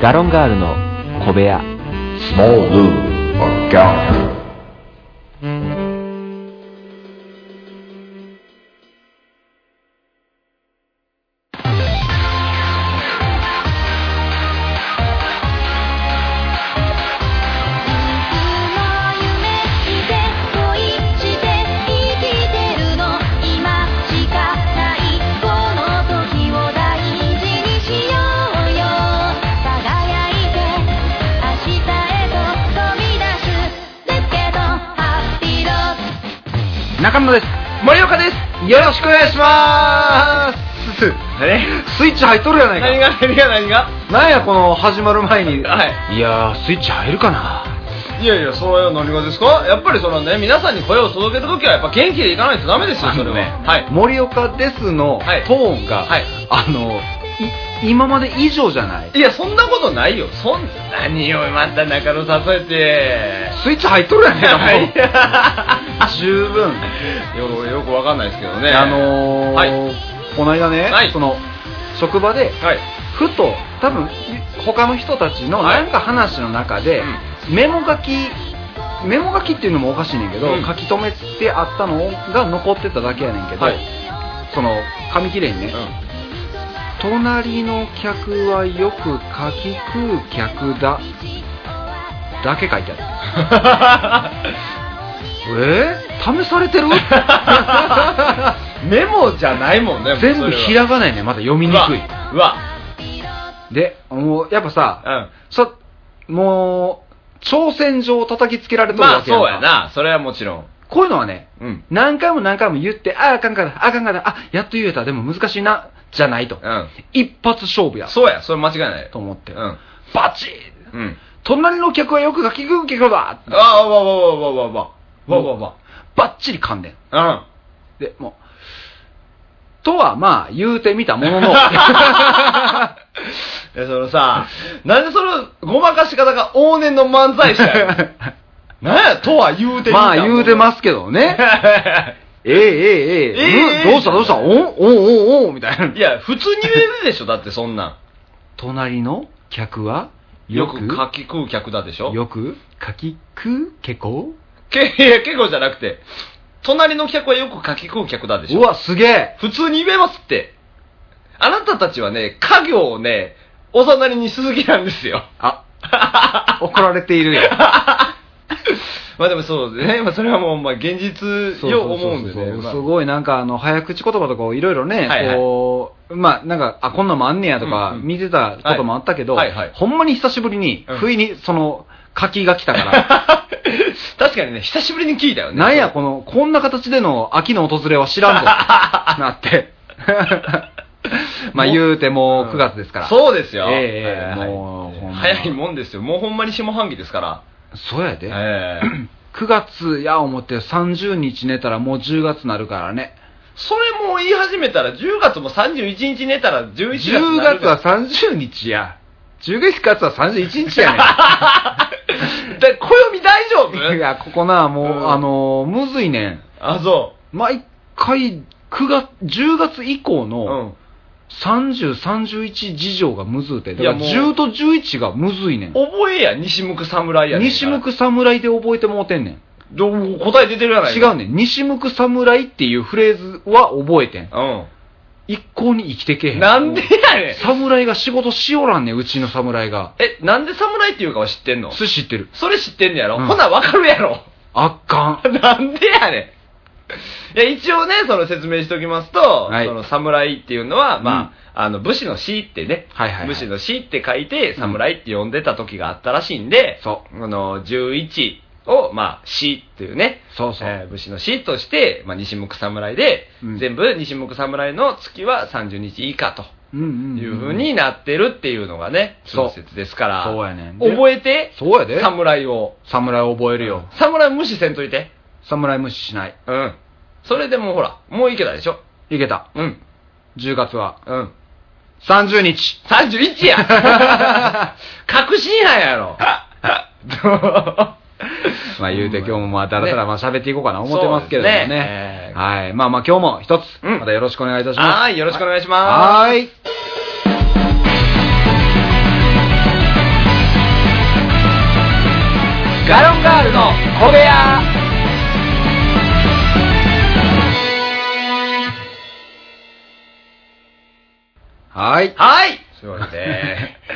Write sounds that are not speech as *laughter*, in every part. ガロンガールの小部屋 Small Lou or Gallagher. いつも夢見て恋して生きてるの今しかないこの時を大事にしようよ輝いて明日へと飛び出すレッケのハッピーロード中村です森岡ですよろしくお願いしまーす何スイッチ入っとるやないか何が何が何がなんやこの始まる前に、、はいやースイッチ入るかないやいやそれは何がですかやっぱりそのね皆さんに声を届けた時はやっぱ元気でいかないとダメですよそれは、はい森岡ですのトはいーンが、はいあのい今まで以上じゃないいやそんなことないよそん何をまた中野誘えスイッチ入っとるやないかもうは十分、てよくよくわかんないですけどねあのーはいこの間ね、はいその職場で *laughs* はいふと多分他の人たちのはいなんか話の中で、メモ書きメモ書きっていうのもおかしいねんけど、うん書き留めてあったのが残ってただけやねんけど、はいその紙切れにね、隣の客はよく書き食う客だ」だけ書いてある *laughs* えー、試されてるうん *laughs* メモじゃないもんねもうそれ全は部ひらがないねまだ読みにくいうわでもうやっぱさう、わそもう挑戦状を叩きつけられうんてるわまあけやんそかうやなそれはもちろんこういうのはねうん何回も何回も言ってあああかんかったああかんかったあやっと言えたでも難しいなじゃないと、うん一発勝負やそうやそれ間違いないと思って、うんバチッうん隣の客はよく書き食うけどだああわわわわわわわわわバッチリ噛んでんわでもうとはまあ言うてみたも *laughs* ののうんでその *laughs* さなんでそのごまかし方が往年の漫才師や *laughs* よなんやとは言うてみたまあ言う *laughs* てますすけどね *laughs* ええええええええうんどうしたどうしたおんおんおんおんみたいないや普通に言えるでしょだってそんなん *laughs* 隣の客はよよくく書き食う客だでしょよく書き食うけこけいや結構じゃなくて隣の客はよく書き食う客だでしうょわすげえ普通に言えますって。あなたたちはね、家業をね、おざなりにしすぎなんです *laughs* よ。あ怒られてい *laughs* るよまあでもそうですね。まあそれはもう、まあ現実よう思うんでね。すごいなんかあの早口言葉とかをいろいろね、はいはいこうまあなんかあこんなんもあんねやとかうんうん見てたこともあったけど、はいはいはいほんまに久しぶりに、うん不意にその柿が来たかま *laughs* らあ確かにね、久しぶりに聞いたよね。なんやこのこんな形での秋の訪れは知 *laughs* らんぞなって *laughs* まあ言うてもう9月ですから、そうですよ。ええはいはいもうほんま早いもんですよ。もうほんまに下半期ですから。そうやで、ええ9月や思って30日寝たらもう10月なるからねそれも言い始めたら、10月も31日寝たら11月に10なる月からは30日や10月は31日やねん *laughs* だ暦大丈夫いや、ここな、もう、うんあのーむずいねん。あ、そ毎回、9月、10月以降う。うのん。 30、31事情がむずうて。だいかやらもう10と11がむずいねん。覚えや、西向く侍やねんか西ら。向く侍で覚えてもうてんねん。どう答え出てるやない違かうねん。西向く侍っていうフレーズは覚えてん。一向に生きてけへ。うんん。 *laughs* なんでやねん。侍が仕事しおらんねん、うちの侍が。え、なんで侍っていうかは知ってんの寿司知ってる。それ知ってんのやろ、うんほなわかるやろ *laughs* あっかん。なんでやねん。いや、一応ね、その説明しておきますと、いその侍っていうのは、うんまあ、あの、武士の死ってね、はいはいはい武士の死って書いて、侍って呼んでた時があったらしいんで、そあの、11を、まあ、死っていうね、そうそう。えー武士の死として、まあ、西向く侍で、うん全部西向く侍の月は30日以下とうんうんんいうふうになってるっていうのがね、そう小説ですから、そうやねん。覚えて、そうやで。侍を。侍を覚えるよ。侍無視せんといて。侍無視しない。うん。それでもうほら、もういけたでしょ。いけた。うん。 10月はうん。 30日。 31や確信犯やろ。 *laughs* まあ言うて今日もまあだらだらねまあ喋っていこうかな思ってますけれどもそうですねね。はい。まあまあ今日も一つ、うんまたよろしくお願いいたします。はい、よろしくお願いします。はーい。 「ガロンガールの小部屋はい。はいすいません。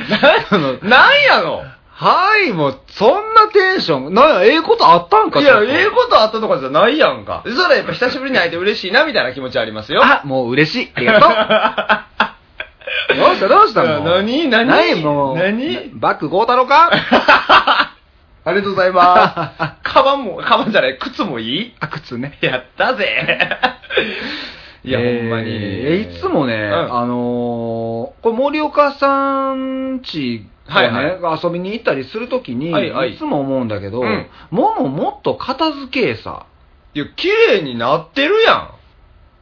*laughs* な、なんやのはい、もう、そんなテンション。なんや、ええことあったんかいや、ええことあったとかじゃないやんか。そらやっぱ久しぶりに会えて嬉しいなみたいな気持ちありますよ。あ、もう嬉しい。ありが *laughs* とう。どうしたどうしたいやもう。何何何もう。何バック豪太 *laughs* 郎かありがとうございます。カバンも、カバンじゃない、 *laughs* 靴もいいあ、靴ね。やったぜ。いや、えーほんまに。えいつもね、うんあのーこれ森岡さんちをね、はい遊びに行ったりするときに、はいいはいつも思うんだけど、うんもももっと片付けえさ。いや、 *laughs* 綺麗になってるやん。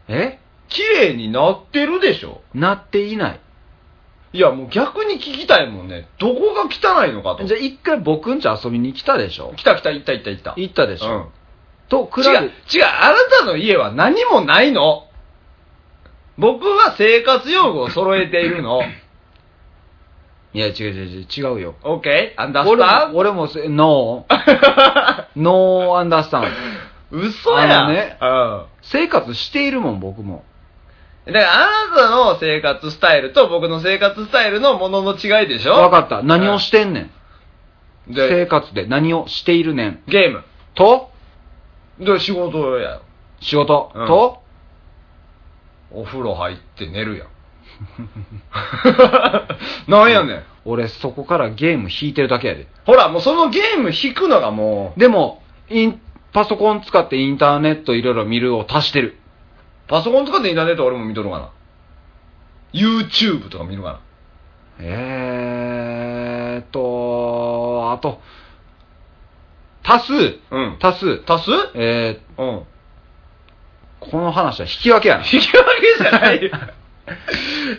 え綺麗になってるでしょ。なっていない。いや、もう逆に聞きたいもんね。どこが汚いのかと。じゃあ一回僕んち遊びに来たでしょ来た来た、行った行った行った。行ったでしょ、うんと比違うべ、違う、あなたの家は何もないの。僕は生活用具を揃えているの。 *laughs* いや違う違う違う違うよ。オッケーアンダース俺タも、俺もせ、ノー。 *laughs* ノーアンダースタンド。ン嘘やあのねうん。生活しているもん、僕も。だから、あなたの生活スタイルと僕の生活スタイルのものの違いでしょわかった。何をしてんねん。生で、活で何をしているねん。ゲーム。と、で、仕事やよ。仕事。うんと、お風呂入って寝るや *laughs* ん。なんやねん。俺そこからゲーム引いてるだけやで。ほら、もうそのゲーム引くのがもう、でも、イン、パソコン使ってインターネットいろいろ見るを足してる。パソコンとかでインターネット俺も見とるかな。YouTube とか見るかな。えーと、あと、足す、うん。足す、足すえうん。ー、この話は引き分けやな。引き分けじゃない *laughs* よ。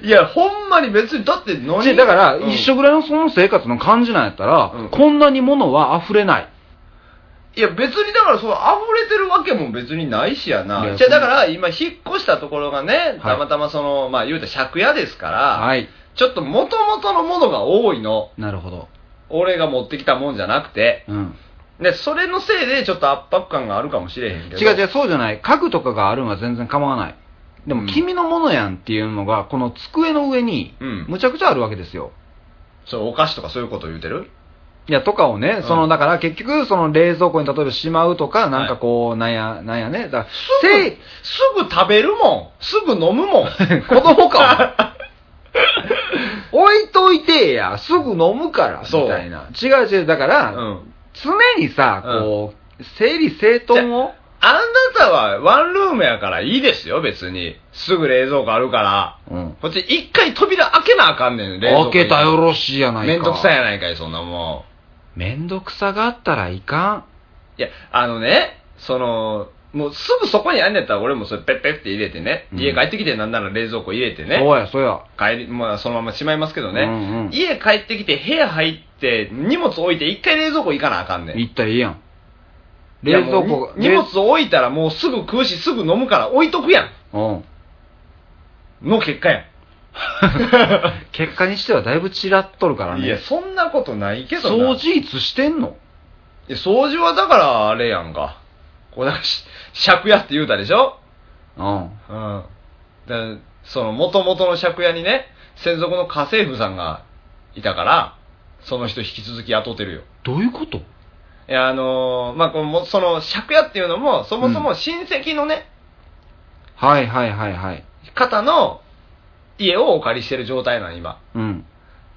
いや、ほんまに別に、だって何ねだから、うん一緒ぐらいのその生活の感じなんやったら、うんこんなに物は溢れない。いや、別にだから、そう、溢れてるわけも別にないしやいな。やじゃあそだうから、今、引っ越したところがね、はいたまたまその、まあ、言うたら借家ですから、はい。ちょっと元々のものが多いの。なるほど。俺が持ってきたもんじゃなくて。うん。で、それのせいで、ちょっと圧迫感があるかもしれへんけど。違う違う、そうじゃない。家具とかがあるのは全然構わない。でも、うん君のものやんっていうのが、この机の上にうん、むちゃくちゃあるわけですよ。そう、お菓子とかそういうこと言うてるいや、とかをね、うんその、だから結局、その冷蔵庫に例えばしまうとか、なんかこう、なんや、なんやね。だからすぐ、せいすぐ食べるもん。すぐ飲む *laughs* もん。子供か。 *laughs* 置いといてや、すぐ飲むから、そうみたいな。違う違う、だから、うん。常にさ、こう、整理整頓を、あなたはワンルームやからいいですよ、別に。すぐ冷蔵庫あるから。うん、こっち一回扉開けなあかんねん、冷蔵庫開に。けたよろしいやないか。めんどくさいやないかい、そんなもめんどくさがあったらいかん。ん。いや、あのね、その、もうすぐそこにあんねやったら俺もそれペッペッって入れてね、うん家帰ってきてなんなら冷蔵庫入れてそね、うや、そうや。帰り、まあそのまましまいますけどね、うんうん家帰ってきて部屋入って荷物置いて一回冷蔵庫行かなあかんねん。行ったらいいやん。いや冷蔵庫もうに荷物置いたらもうすぐ食うしすぐ飲むから置いとくやうん。ん。の結果やん。結果にしてはだいぶ散らっとるから *laughs* ね。いや、そんなことないけどな。掃除いつしてんのいや掃除はだからあれやんか。こうだからし、借家って言うたでしょうん。うん。だその元々の借家にね、専属の家政婦さんがいたから、その人引き続き雇ってるよ。どういうこといや、あのーまあ、このも、その借家っていうのも、そもそうも親戚のね、はいはいはいはい。方の家をお借りしてる状態なの、今。うん。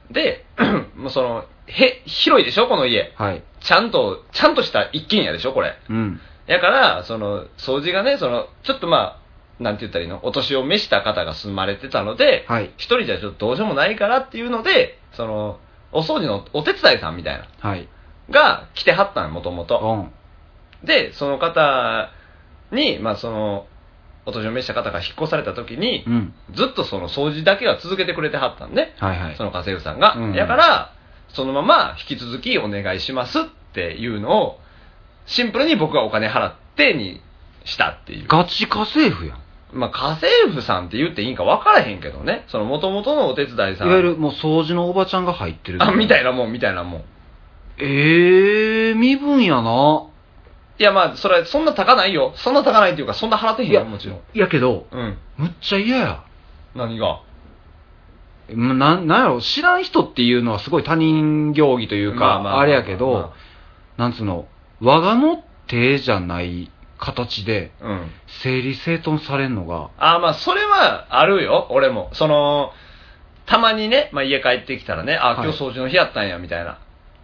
で、 *clears throat* もうその、へ、広いでしょこの家。はい。ちゃんと、ちゃんとした一軒家でしょこれ。うん。やから、その、掃除がね、その、ちょっとまあ、なんて言ったらいいのお年を召した方が住まれてたので、はい。一人じゃちょっとどうしようもないからっていうので、その、お掃除のお手伝いさんみたいな、はい。が来てはったん、もともうと。ん。で、その方に、まあその、お年を召した方が引っ越された時にう、ん。ずっとその掃除だけは続けてくれてはったんで、はいはいそ。の家政婦さんが。うんやから、そのまま引き続きお願いしますっていうのを、シンプルに僕はお金払ってにしたっていう。ガチ家政婦やん。まあ家政婦さんって言っていいんか分からへんけどね。その元々のお手伝いいさん。わゆるもう掃除のおばちゃんが入ってる。あ、みたいなもん、みたいなもん。ええー、身分やな。いや、まあ、それ、そんな高ないよ。そんな高ないっていうか、そんな払ってへんよ、もちろん。やけど、うん。むっちゃ嫌や。何がまなんなんやろ、知らん人っていうのはすごい他人行儀というまあまあまあまか、ああれやけまど、なんつうの、我がの手じゃない形で、うん。整理整頓されんのが、あーまあ、それはあるよ、俺も。その、たまにね、まあ、家帰ってきたらね、あーはい今日掃除の日やったんや、みたいな、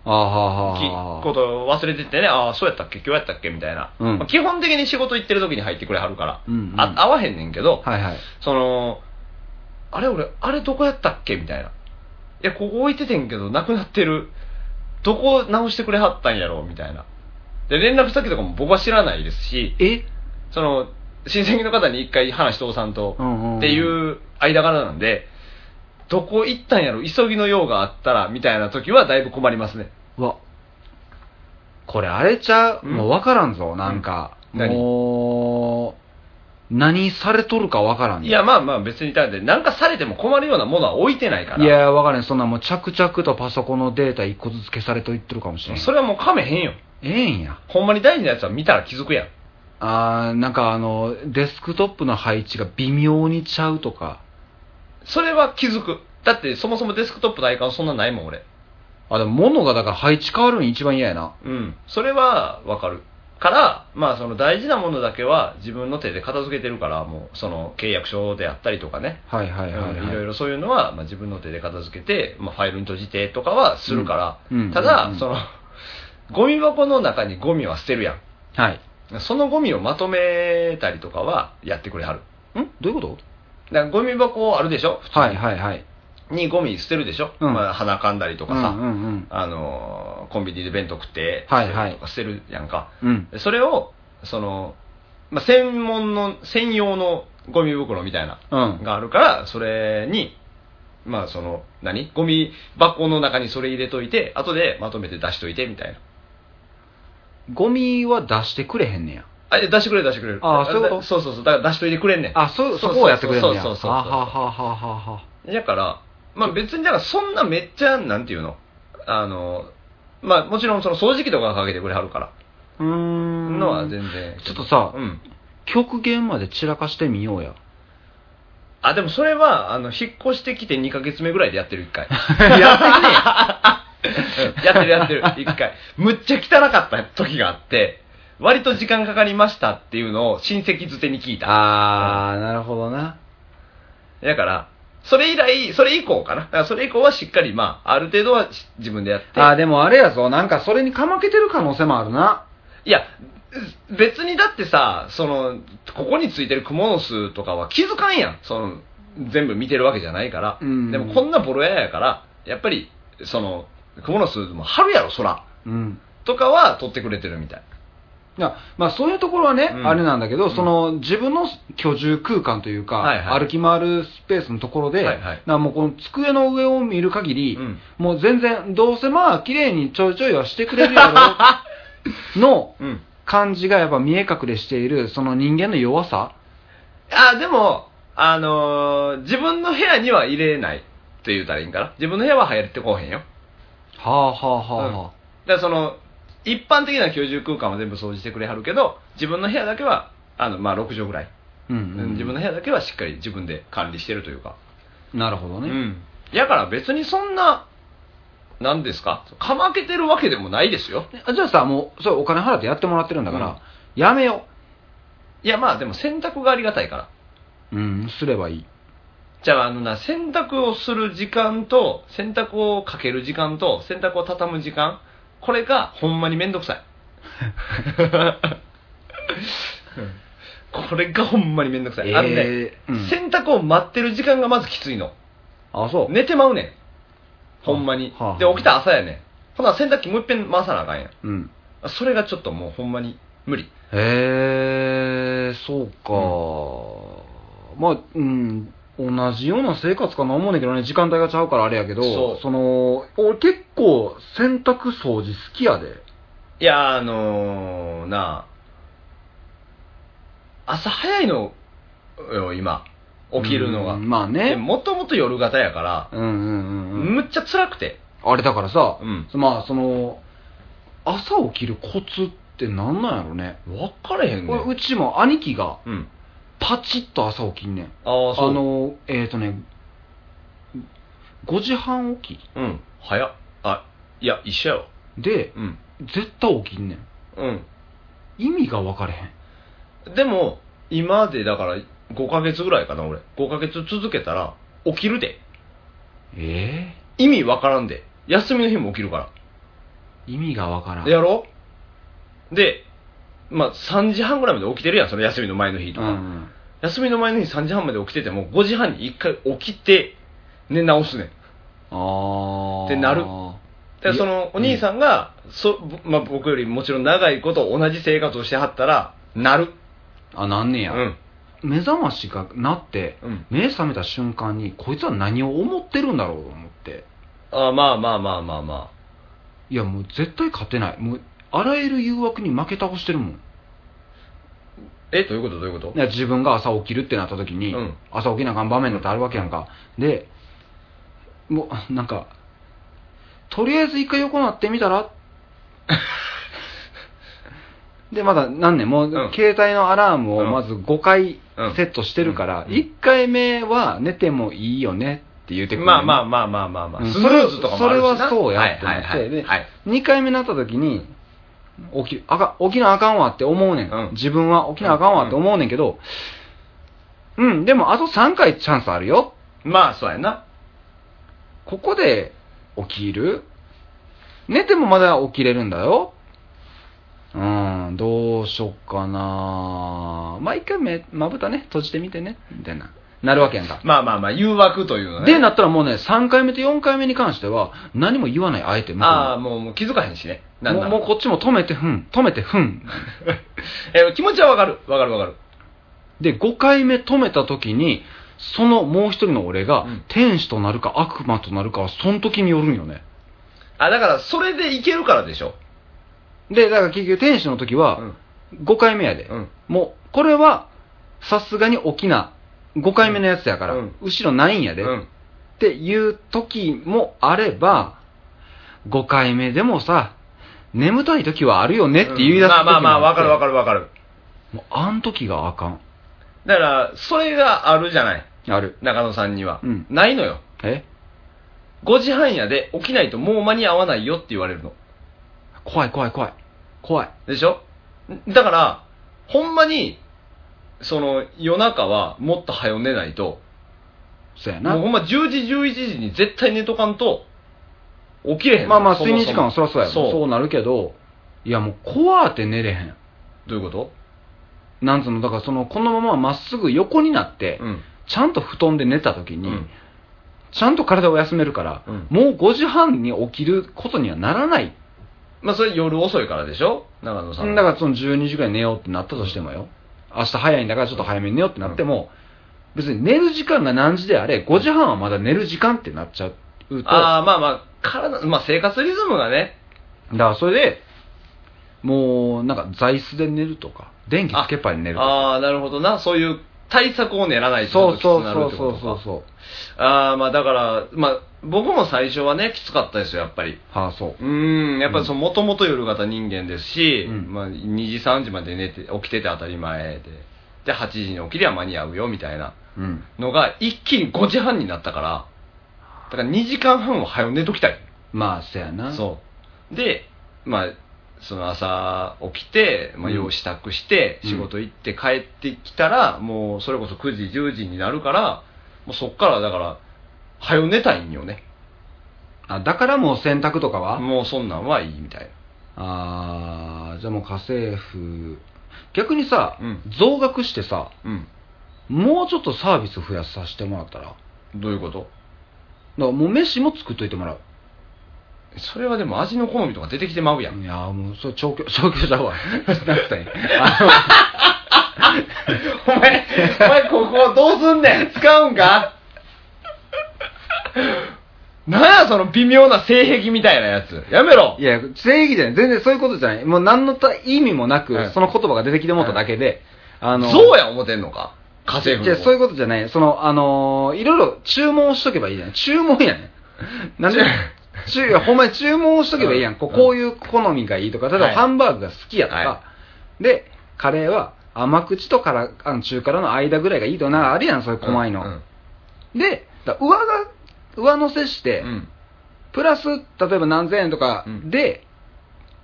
あーはきーはーこはーとを忘れててね、ああ、そうやったっけ、今日やったっけ、みたいな。うんまあ基本的に仕事行ってる時に入ってくれはるから、うんうんあ合わへんねんけど、はいはい。その、あれ俺、あれどこやったっけみたいな。いや、ここ置いててんけど、なくなってる。どこ直してくれはったんやろみたいな。で、連絡先とかも僕は知らないですし、えその、親戚の方に一回話通さんと、うんうんうんっていう間柄なんで、どこ行ったんやろ急ぎの用があったら、みたいな時はだいぶ困りますね。わ、これあれちゃう、うんもうわからんぞ、なんか。うん何もう、何されとるかわからん。いや、まあまあ別に、だって、なんかされても困るようなものは置いてないから。いや、わからん。そんなもう着々とパソコンのデータ一個ずつ消されといってるかもしれん。それはもう噛めへんよ。ええんや。ほんまに大事なやつは見たら気づくやん。あーなんかあの、デスクトップの配置が微妙にちゃうとか。それは気づく。だって、そもそもデスクトップのアイカンそんなないもん、俺。あ、でも物がだから配置変わるの一番嫌やな。うん。それはわかる。から、まあ、その大事なものだけは自分の手で片付けてるから、もう、その契約書であったりとかね。はいはいはい、はいうんいろいろそういうのは、まあ、自分の手で片付けて、まあ、ファイルに閉じてとかはするから。うんうんたうだん、その、ゴミ箱の中にゴミは捨てるやん。はい。そのゴミをまとめたりとかはやってくれはる。んどういうことだからゴミ箱あるでしょ普通にはいはいはい。にゴミ捨てるでしょ、うんまあ、鼻かんだりとかさ、うんうんうん。あのーコンビニで弁当食って、はいは捨てるいとか捨てるやんか。うん。でそれを、その、まあ、専門の、専用のゴミ袋みたいな、うん。があるから、それに、まあその、何ゴミ箱の中にそれ入れといて、後でまとめて出しといて、みたいな。ゴミは出してくれへんねや。あ、いや出してくれる、出してくれる。あーそういうことだそうそうそう。だから出しといてくれんねん。あ、そ、そこをやってくれるんねや。そうそうそうそうあははははは。だから、まあ別に、だからそんなめっちゃ、なんていうのあの、まあもちろんその掃除機とかはかけてくれはるから、うーん。のは全然。ちょっとさうん。極限まで散らかしてみようや。あ、でもそれは、あの、引っ越してきて2ヶ月目ぐらいでやってる、1回。 *laughs* やってねうんやってるやってる、一回。むっちゃ汚かった時があって、割と時間かかりましたっていうのを親戚づてに聞いた。あー、なるほどな。だから、それ以来、それ以降かな。だからそれ以降はしっかり、まあ、ある程度はし自分でやって。あー、でもあれやぞ。なんかそれにかまけてる可能性もあるな。いや、う別にだってさ、その、ここについてる蜘蛛の巣とかは気づかんやん。その、全部見てるわけじゃないから。うんでもこんなボロ屋やから、やっぱり、その、蜘蛛の巣も春やろ、空。うん。とかは取ってくれてるみたい。いやまあ、そういうところはね、うんあれなんだけど、うんその自分の居住空間というか、はいはい歩き回るスペースのところで、はいはいなもうこの机の上を見る限り、うんもう全然、どうせまあ、綺麗にちょいちょいはしてくれるや *laughs* ろのうん。感じがやっぱ見え隠れしている、その人間の弱さ、あ、でも、あのー自分の部屋には入れないって言うたらいいんかな。自分の部屋は入ってこうへんよ。はあはあはあはだからその、一般的な居住空間は全部掃除してくれはるけど、自分の部屋だけは、あの、まあ、6畳ぐらい、あ、うんうん自分の部屋だけはしっかり自分で管理してるというか。なるほどうね、ん。やから別にそんな、なんですかかまけてるわけでもないですよ。あじゃあさ、もうそれお金払ってやってもらってるんだから、うんやめよいや、まあでも洗濯がありがたいから。う、うん、すればいい。じゃあ、あのな、洗濯をする時間と、洗濯をかける時間と、洗濯を畳む時間、これがほんまにめんどくさい。 *laughs* これがほんまにめんどくさい。あのね、えーうん洗濯を待ってる時間がまずきついの。あ、そう。寝てまうねん。ほんまにはあは。あで、起きた朝やねん。ほな、洗濯機もう一遍回さなあかんやん。うんそれがちょっともうほんまに無理。へえ、そうか、まあ、うん、同じような生活かな思うねんだけどね、時間帯がちゃうからあれやけど、そうの、俺結構洗濯掃除好きやで。いや、あのー、なあ、朝早いのよ、今、起きるのが。うんまあねでもともと夜型やから、うんうんうんうん。むっちゃ辛くて。あれだからさ、うんまあその、朝起きるコツってなんなんやろね分かれへんねこれうちも兄貴がうんパチッと朝起きんねんああそうあのえっ、とね5時半起うん早っあいや一緒やわきでうん絶対起きんねんうん意味が分かれへんでも今までだから5ヶ月ぐらいかな俺5ヶ月続けたら起きるでえ意味わからんで休みの日も起きるかえ意味が分からんらやろでまあ3時半ぐらいまで起きてるやんその休みの前の日とうか、ん休みの前の日3時半まで起きてても5時半に1回起きて寝直すねんああってなるでいやそのお兄さんが、そまあ、僕よりもちろん長いこと同じ生活をしてはったらなるあなんねうや、ん目覚ましがなってうん目覚めた瞬間にこいつは何を思ってるんだろうと思ってあまあまあまあまあまいやもう絶対勝てないもうあらゆる誘惑に負け倒してるもんあえどういうことどういうこといや自分が朝起きるってなった時に、うん朝起きなあかん場面だってあるわけやんか、でもうなんかとりあえず一回横なってみ *laughs* たらでまだ何年もうう、ん携帯のアラームをまず5回うんセットしてるから、うん1回目は寝てもいいよねって言うてくるのね、まあまあまあまあまあまあ、うんスヌーズとかもあるしなそれはそうやっては思いってはいはい、ではい2回目になった時に起きるあかん起きなあかんわって思うねん、うん自分は起きなあかんわって思うねんけどうん、でもあと3回チャンスあるよまあそうやなここで起きる寝てもまだ起きれるんだようんどうしよっかなまあ一回目まぶたね閉じてみてねみたいななるわけやんかまあまあまあ誘惑というのねでなったらもうね3回目と4回目に関しては何も言わないあえて向こうにああもうもう気づかへんしねなんもなうらもうこっちも止めてふん、止めてふん。え気持ちはわかるわかるわかるで、5回目止めた時に、そのもう一人の俺が、うん天使となるか悪魔となるかは、その時によるんよね。あだからそれでいけるからでしょで、だから結局天使の時うは、ん5回目やで。うんもう、これは、さすがに起きな、5回目のやつやから、うん後ろないんやで、うんっていう時もあれば、5回目でもさ、眠たい時はあるよねって言い出す時もまあまあまあわかるわかる。るわかるもう、あん時があかん。だからそれがあるじゃないある。中野さんには、うんないのよえ5時半やで起きないともう間に合わないよって言われるの怖い怖い怖い。怖い。でしょだからほんまにその夜中はもっと早寝ないとそうやな。もうほんま10時11時に絶対寝とかんと起きれへんの *laughs* まあまあ、そ睡も眠時間はそそもりゃそうやろそうそうなるけど、いやもう怖って寝れへん。どういうことなんつうの、だからその、このまままっすぐ横になって、うんちゃんと布団で寝た時うに、んちゃんと体を休めるから、うんもう5時半に起きることにはならない。まあそれ夜遅いからでしょ長野ださかんはらその12時ぐらい寝ようってなったとしてもよ。明日早いんだからちょっと早めに寝ようってなっても、別に寝る時間が何時であれ、5時半はまだ寝る時間ってなっちゃうと、ああまあまあ体、まあ、生活リズムがねだからそれで、もうなんか座椅子で寝るとか、電気つけっぱで寝るとか。ああなるほどなそういう対策を練らないとそうそうちそょっときつなるっうてそことうかそうそう。ああまあだからまあ僕も最初はねきつかったですよやっぱりはあ、そうう。ーんやっぱりもともと夜型人間ですし、うんまあ、2時3時まで寝て起きてて当たり前でで8時に起きりゃ間に合うよみたいなうん。のが一気に5時半になったからだから2時間半は早う寝ときたいまあ、そやな。そうでまあその朝起きて、まあ、うん用支度して、うん仕事行って帰ってきたら、もうそれこそ9時10時になるからもうそっからだから早う寝たいんよねあ、だからもう洗濯とかは、もうそんなんはいいみたいあーじゃあもう家政婦。逆にさ、うん増額してさ、なうんもうちょっとサービス増やさせてもらったら、だかどういうことらもう飯も作っといてもらう。それはでも味の好みとか出てきてまうやんいやーもう、それ調教、 *laughs* 調教じゃわ。なくて。あお *laughs* 前お前ここどうすんねん使うんかなんやその微妙な性癖みたいなやつやめろのいや、正義じゃない。全然そういうことじゃない。もう何のた意味もなく、はいその言葉が出てきてもらっただけで、あの、そうや思てんのか家政婦じゃのあそういうことじ *laughs* ゃない。その、あのーいろいろ注文しとけばいいじゃない。注文やねん。なんで、ちゅほんまに注文しとけばいいやん。こううんこういう好みがいいとか、例えばはいハンバーグが好きやとか、はで、カレーは甘口とからあの中辛の間ぐらいがいいとな、あるやん、そういう細いの。うんで、だ上が、上乗せして、うんプラス、例えば何千円とかうんで、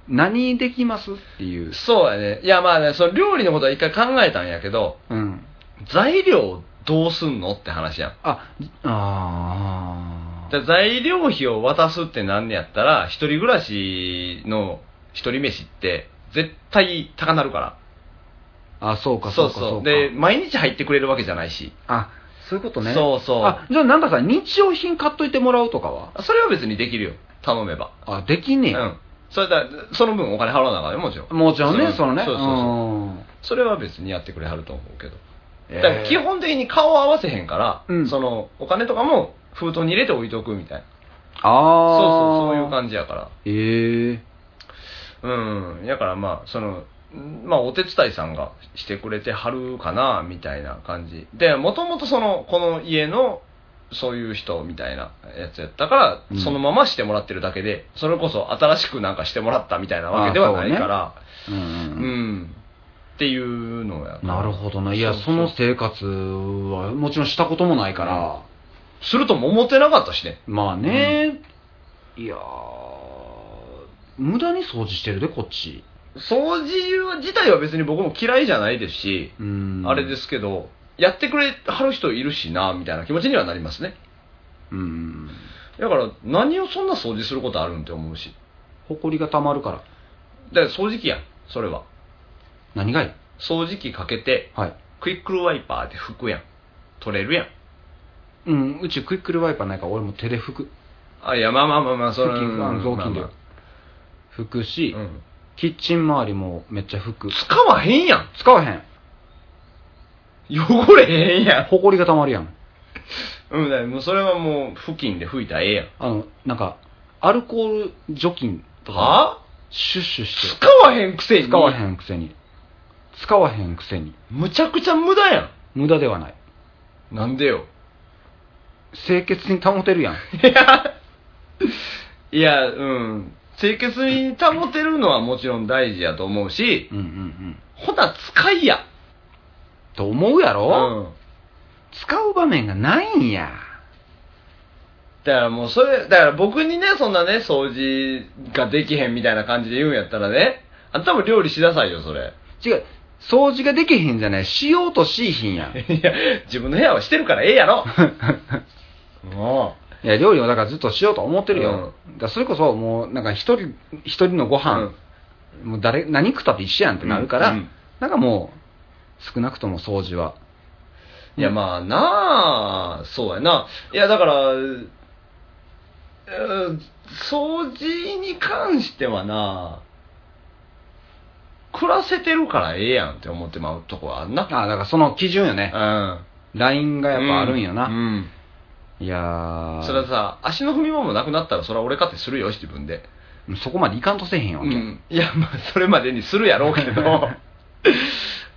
何できますっていう。そうやね。いや、まあね、その料理のことは一回考えたんやけど、うん。材料どうすんのって話やん。あ、あーだ材料費を渡すってなんねやったら、一人暮らしの一人飯って、絶対高なるから。あ、そうか、そうか、そうか。で、毎日入ってくれるわけじゃないし。あ、そういうことね。そうそうあ、じゃあなんかさ、日用品買っといてもらうとかはそれは別にできるよ。頼めば。あ、できうねえ。ん。それだ、その分お金払わなあかんよ、もちろん。もちろんね、そのね。そうそうそう。んそれは別にやってくれはると思うけど。えーだから基本的に顔を合わせへんから、うんその、お金とかも封筒に入れて置いとくみたいな。そうあそう、そういうじ。感じやから。ええうん、だからまあ、その、まあ、お手伝いさんがしてくれてはるかな、みたいな感じ。で、もともとその、この家の、そういう人みたいなやつやったから、うんそのまましてもらってるだけで、それこそ新しくなんかしてもらったみたいなわけではないから、うんううんん、っていうのやうん。なるほどな。いや、うその生活はもちろんしたこともないから。するとも思ってなかったしね。まあね、いやー無駄に掃除してるで、こっち。掃除自体は別に僕も嫌いじゃないですし、うん。あれで。すけど、やってくれはる人いるしな、みたいな気持ちにはなりますね。うん。だから何をそんな掃除することあるんって思うし埃が溜まるから。だから掃除機やんそれは何がいい掃除機かけてはい。クイックルワイパーで拭くやん取れるやんうん、うちクイックルワイパーないから俺も手で拭く。あいやまあまあまあまあそれ腹筋あの雑巾でまあま拭くし、あうんキッチン周りもめっちゃ拭く。使わへんやん使わへん。汚れへんやん埃が溜まるやん。うんだからもうそれはもう布巾で拭いたらええやんあの、なんか、アルコール除菌とか、はシュッシュして、使わへんくせに使わへんくせに。使わへんくせに。むちゃくちゃ無駄や無駄ではない。んなんでよ *laughs* 清潔に保てるやん。いやいやうん清潔に保てるのはもちろん大事やと思うしうんうんうん。ほな使いやと思うやうろ、ん使う場面がないんや。だからもうそれ、だから僕にね、そんなね、掃除ができへんみたいな感じで言うんやったらね、あんたも料理しなさいよ、それ。 *laughs* 違う、掃除ができへんじゃない。しようとしいひんやん。いいや、自分の部屋はしてるからええや *laughs* ろ。もや、料理をだからずっとしようと思ってるよ。だからそれこそもう、なんか一人、一人のご飯、もう誰、何食ったって一緒やんってなるから、うんうんなんかもう、少なくとも掃除は。う。いや、まあなあ、そうやな。いや、だから、うー掃除に関してはな暮らせてるからええやんって思ってまうとこはあんな。ああ、だからその基準よね。うん。ラインが *laughs* やっぱあるんような。うんいやーそれはさ、足の踏み場もなくなったら、それは俺かってするよ、自分で。そこまでいかんとせへんよ。うん。いや、まあ、それまでにするやろうけ *laughs* ど。ね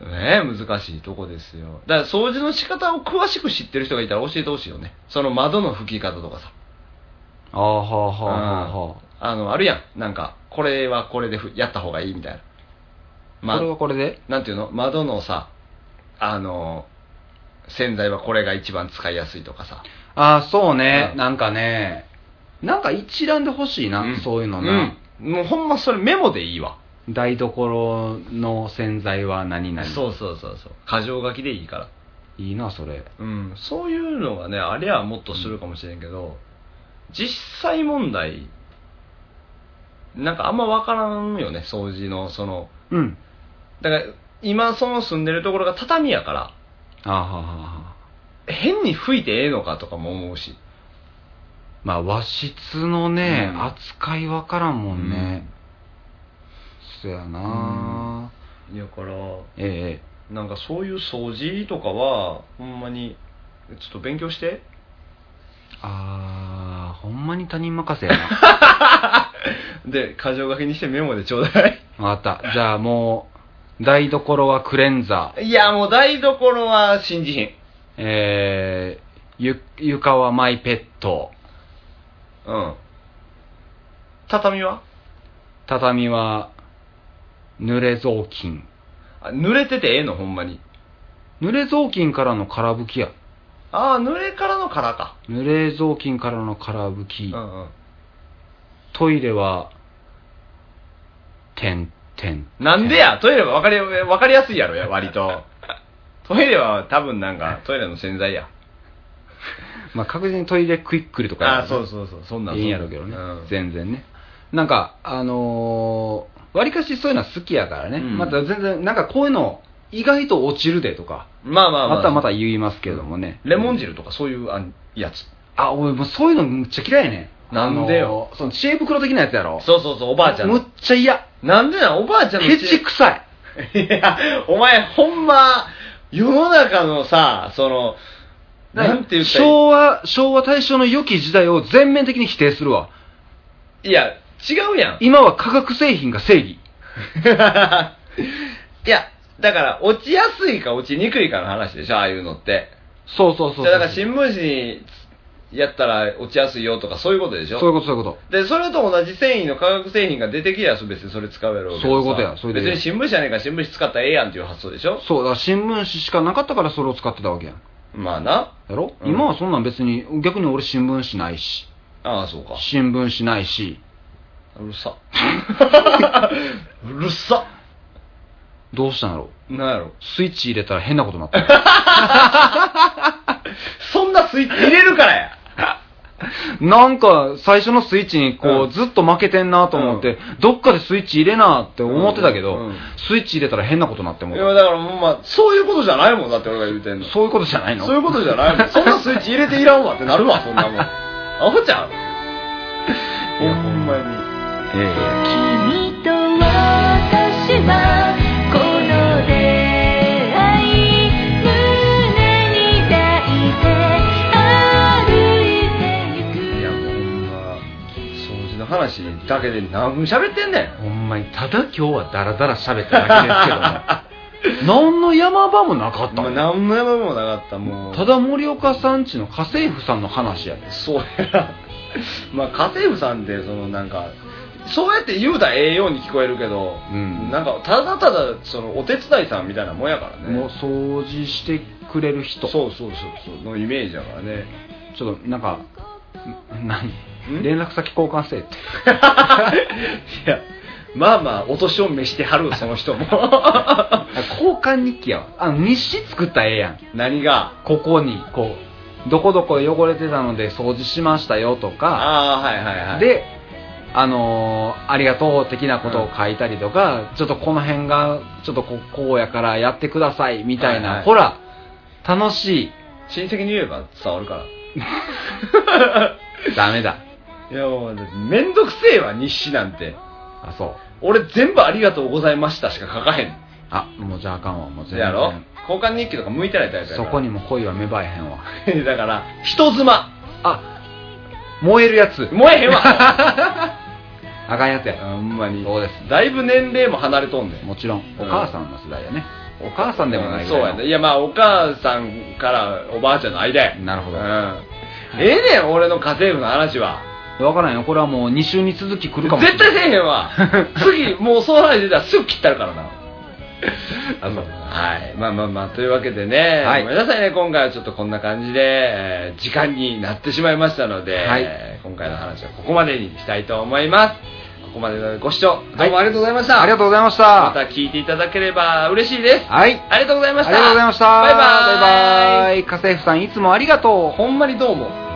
え、難しいとこですよ。だから、掃除の仕方を詳しく知ってる人がいたら教えてほしいよね。その窓の拭き方とかさ。ああ、はあはあはあはあの、あるやん。なんか、これはこれでふやった方がいいみたいな。あ。これはま、これでなんていうの窓のさ、あの、洗剤はこれが一番使いやすいとかさ。ああ、そうね、うんなんかね、なんか一覧で欲しいな、んそういうのな、うん。もうほんまそれメモでいいわ。台所の洗剤は何々。そうそうそうそう。過剰書きでいいから。いいな、それ。うん、そういうのがね、ありゃもっとするかもしれんけど、実際問題、なんかあんまわからんよね、掃除の、その、うん。だから、今その住んでるところが畳やから、ああ、はあはあはあ。変に吹いてええのかとかも思うし。まあ、和室のね、うん扱いわからんもんね。そやな、だから、ええなんかそういう掃除とかは、ほんまに、ちょっと勉強して。ああ、ほんまに他人任せや *laughs* な。で、過剰書きにしてメモでちょうだい。わかった。じゃあもう、台所はクレンザー。いや、もう台所は信じひん。えー、ゆ、床はマイペット。うん。畳は畳は、濡れ雑巾。あ濡れててええの、ほんまに。濡れ雑巾からの空拭きや。ああ、濡れからの殻か。濡れ雑巾からの空拭うき。んうん。トイレは、てんてん。なんでやトイレは分かり、分かりやすいやろや、割 *laughs* と。トイレは多分なんか、トイレの洗剤や。まあ確実にトイレクイックルとかあやあ、そうそうそう、そんなんいいんやろうけどね、うん全然ね。なんか、あのわりかしそういうのは好きやからね、うんまた全然、なんかこういうの、意外と落ちるでとか、まあまあまあ。またまた言いますけどもね。レモン汁とかそういうあんやつ。あ、俺もうそういうのむっちゃ嫌いね。なんでよあのーその知恵袋的なやつやろ。そうそうそう、おばあちゃんむのっ。ちゃ嫌。なんでなん、おばあちゃんのケチ臭い。 *laughs* いや、お前、ほんま、世の中のさ、その、なんて言ったらいい昭和、昭和大正の良き時代を全面的に否定するわ。いや、違うやん。今は化学製品が正義。 *laughs* いや、だから、落ちやすいか落ちにくいかの話でしょ、ああいうのって。そうそうそうそう。じゃあだから、新聞紙やったら落ちやすいよとか、そういうことでしょ。そういうこと、そういうこと。で、それと同じ繊維の化学製品が出てきやす別にそれ使うやろけどさそういうことやそれで別に新聞紙やねんから新聞紙使ったらええやんっていう発想でしょそう、だから新聞紙しかなかったからそれを使ってたわけやん。まあな。やろ、うん今はそんなん別に、逆に俺新聞紙ないし、ああ、そうか。新聞紙ないし、うる *laughs* さ。うるさ。どうしたんやろなんやろ。スイッチ入れたら変なことになった *laughs* そんなスイッチ入れるからや。なんか最初のスイッチにこう、うんずっと負けてんなと思って、どっかでスイッチ入れなって思ってたけど、うんうんスイッチ入れたら変なことになっていもや、うだからもうまあ、そういうことじゃないもんだって俺が言うてんの。そういうことじゃないのそういうことじゃない *laughs* もん。そんなスイッチ入れていらんわってなるわ、そんなもん。アホちゃん。いやほんまに。ええ君と私はこの出会い胸に抱いて歩いてゆくいや、もうほんま、掃除の話だけで何分喋ってんねん。ほんまにただ今日はダラダラ喋っただけですけど *laughs* も何の山場もなかったまあ、もん何も山もなかった、もう。た、だ森岡さんちの家政婦さんの話やでそうやな。まあ、家政婦さんで、そのなんか、そうやって言うたらええように聞こえるけど、うんなんか、ただただ、その、お手伝いさんみたいなもんやからね。もう掃除してくれる人そうそうそうそう、のイメージだからね。ちょっとなんかん何ん連絡先交換してって *laughs* いや、まあまあ、お年を召してはる、その *laughs* 人も。交換日記やわあの日誌作ったらええやん何が。ここにこうどこどこ汚れてたので掃除しましたよとかああ、はいはいはい。、であのーありがとう的なことを書いたりとか、ちょっとこの辺がちょっとこうこうやからやってくださいみたいはな、いはいほら楽しい親戚に言えば伝わるから。ダメだ *laughs* いやもうめんどくせえわ日誌なんてあそう俺全部「ありがとうございました」しか書かへんあもうじゃああかんわもう全やろ然交換日記とか向いてないタイプやかそらこにも恋は芽生えへんわ *laughs* だから人妻あ燃えるやつ燃えへん *laughs* わあかんやつやほんまにそうですだいぶ年齢も離れとんねんもちろんうおん母さんの世代やね、お母さんでもないぐそうらやいのねいやまあお母さんからおばあちゃんの間やなるほどうんええねん俺の家政婦の話は分からんよこれはもう2週に続き来るかもしれ絶ない対せえへん *laughs* わ次もうそう話出たらすぐ切ったるからなあそうはい。まあまあまあ、というわけでね、はいごめんなさいね、今回はちょっとこんな感じで、えー時間になってしまいましたので、はいえー今回の話はここまでにしたいと思います。ここまでのご視聴、どうもありがとうございました。ありがとうございましまたた聞いていただければ嬉しいです。はいありがとうございまあしりた。がとうございましたバイバイ。バイバイ家政婦さんいつもありがとうほんまにどうも。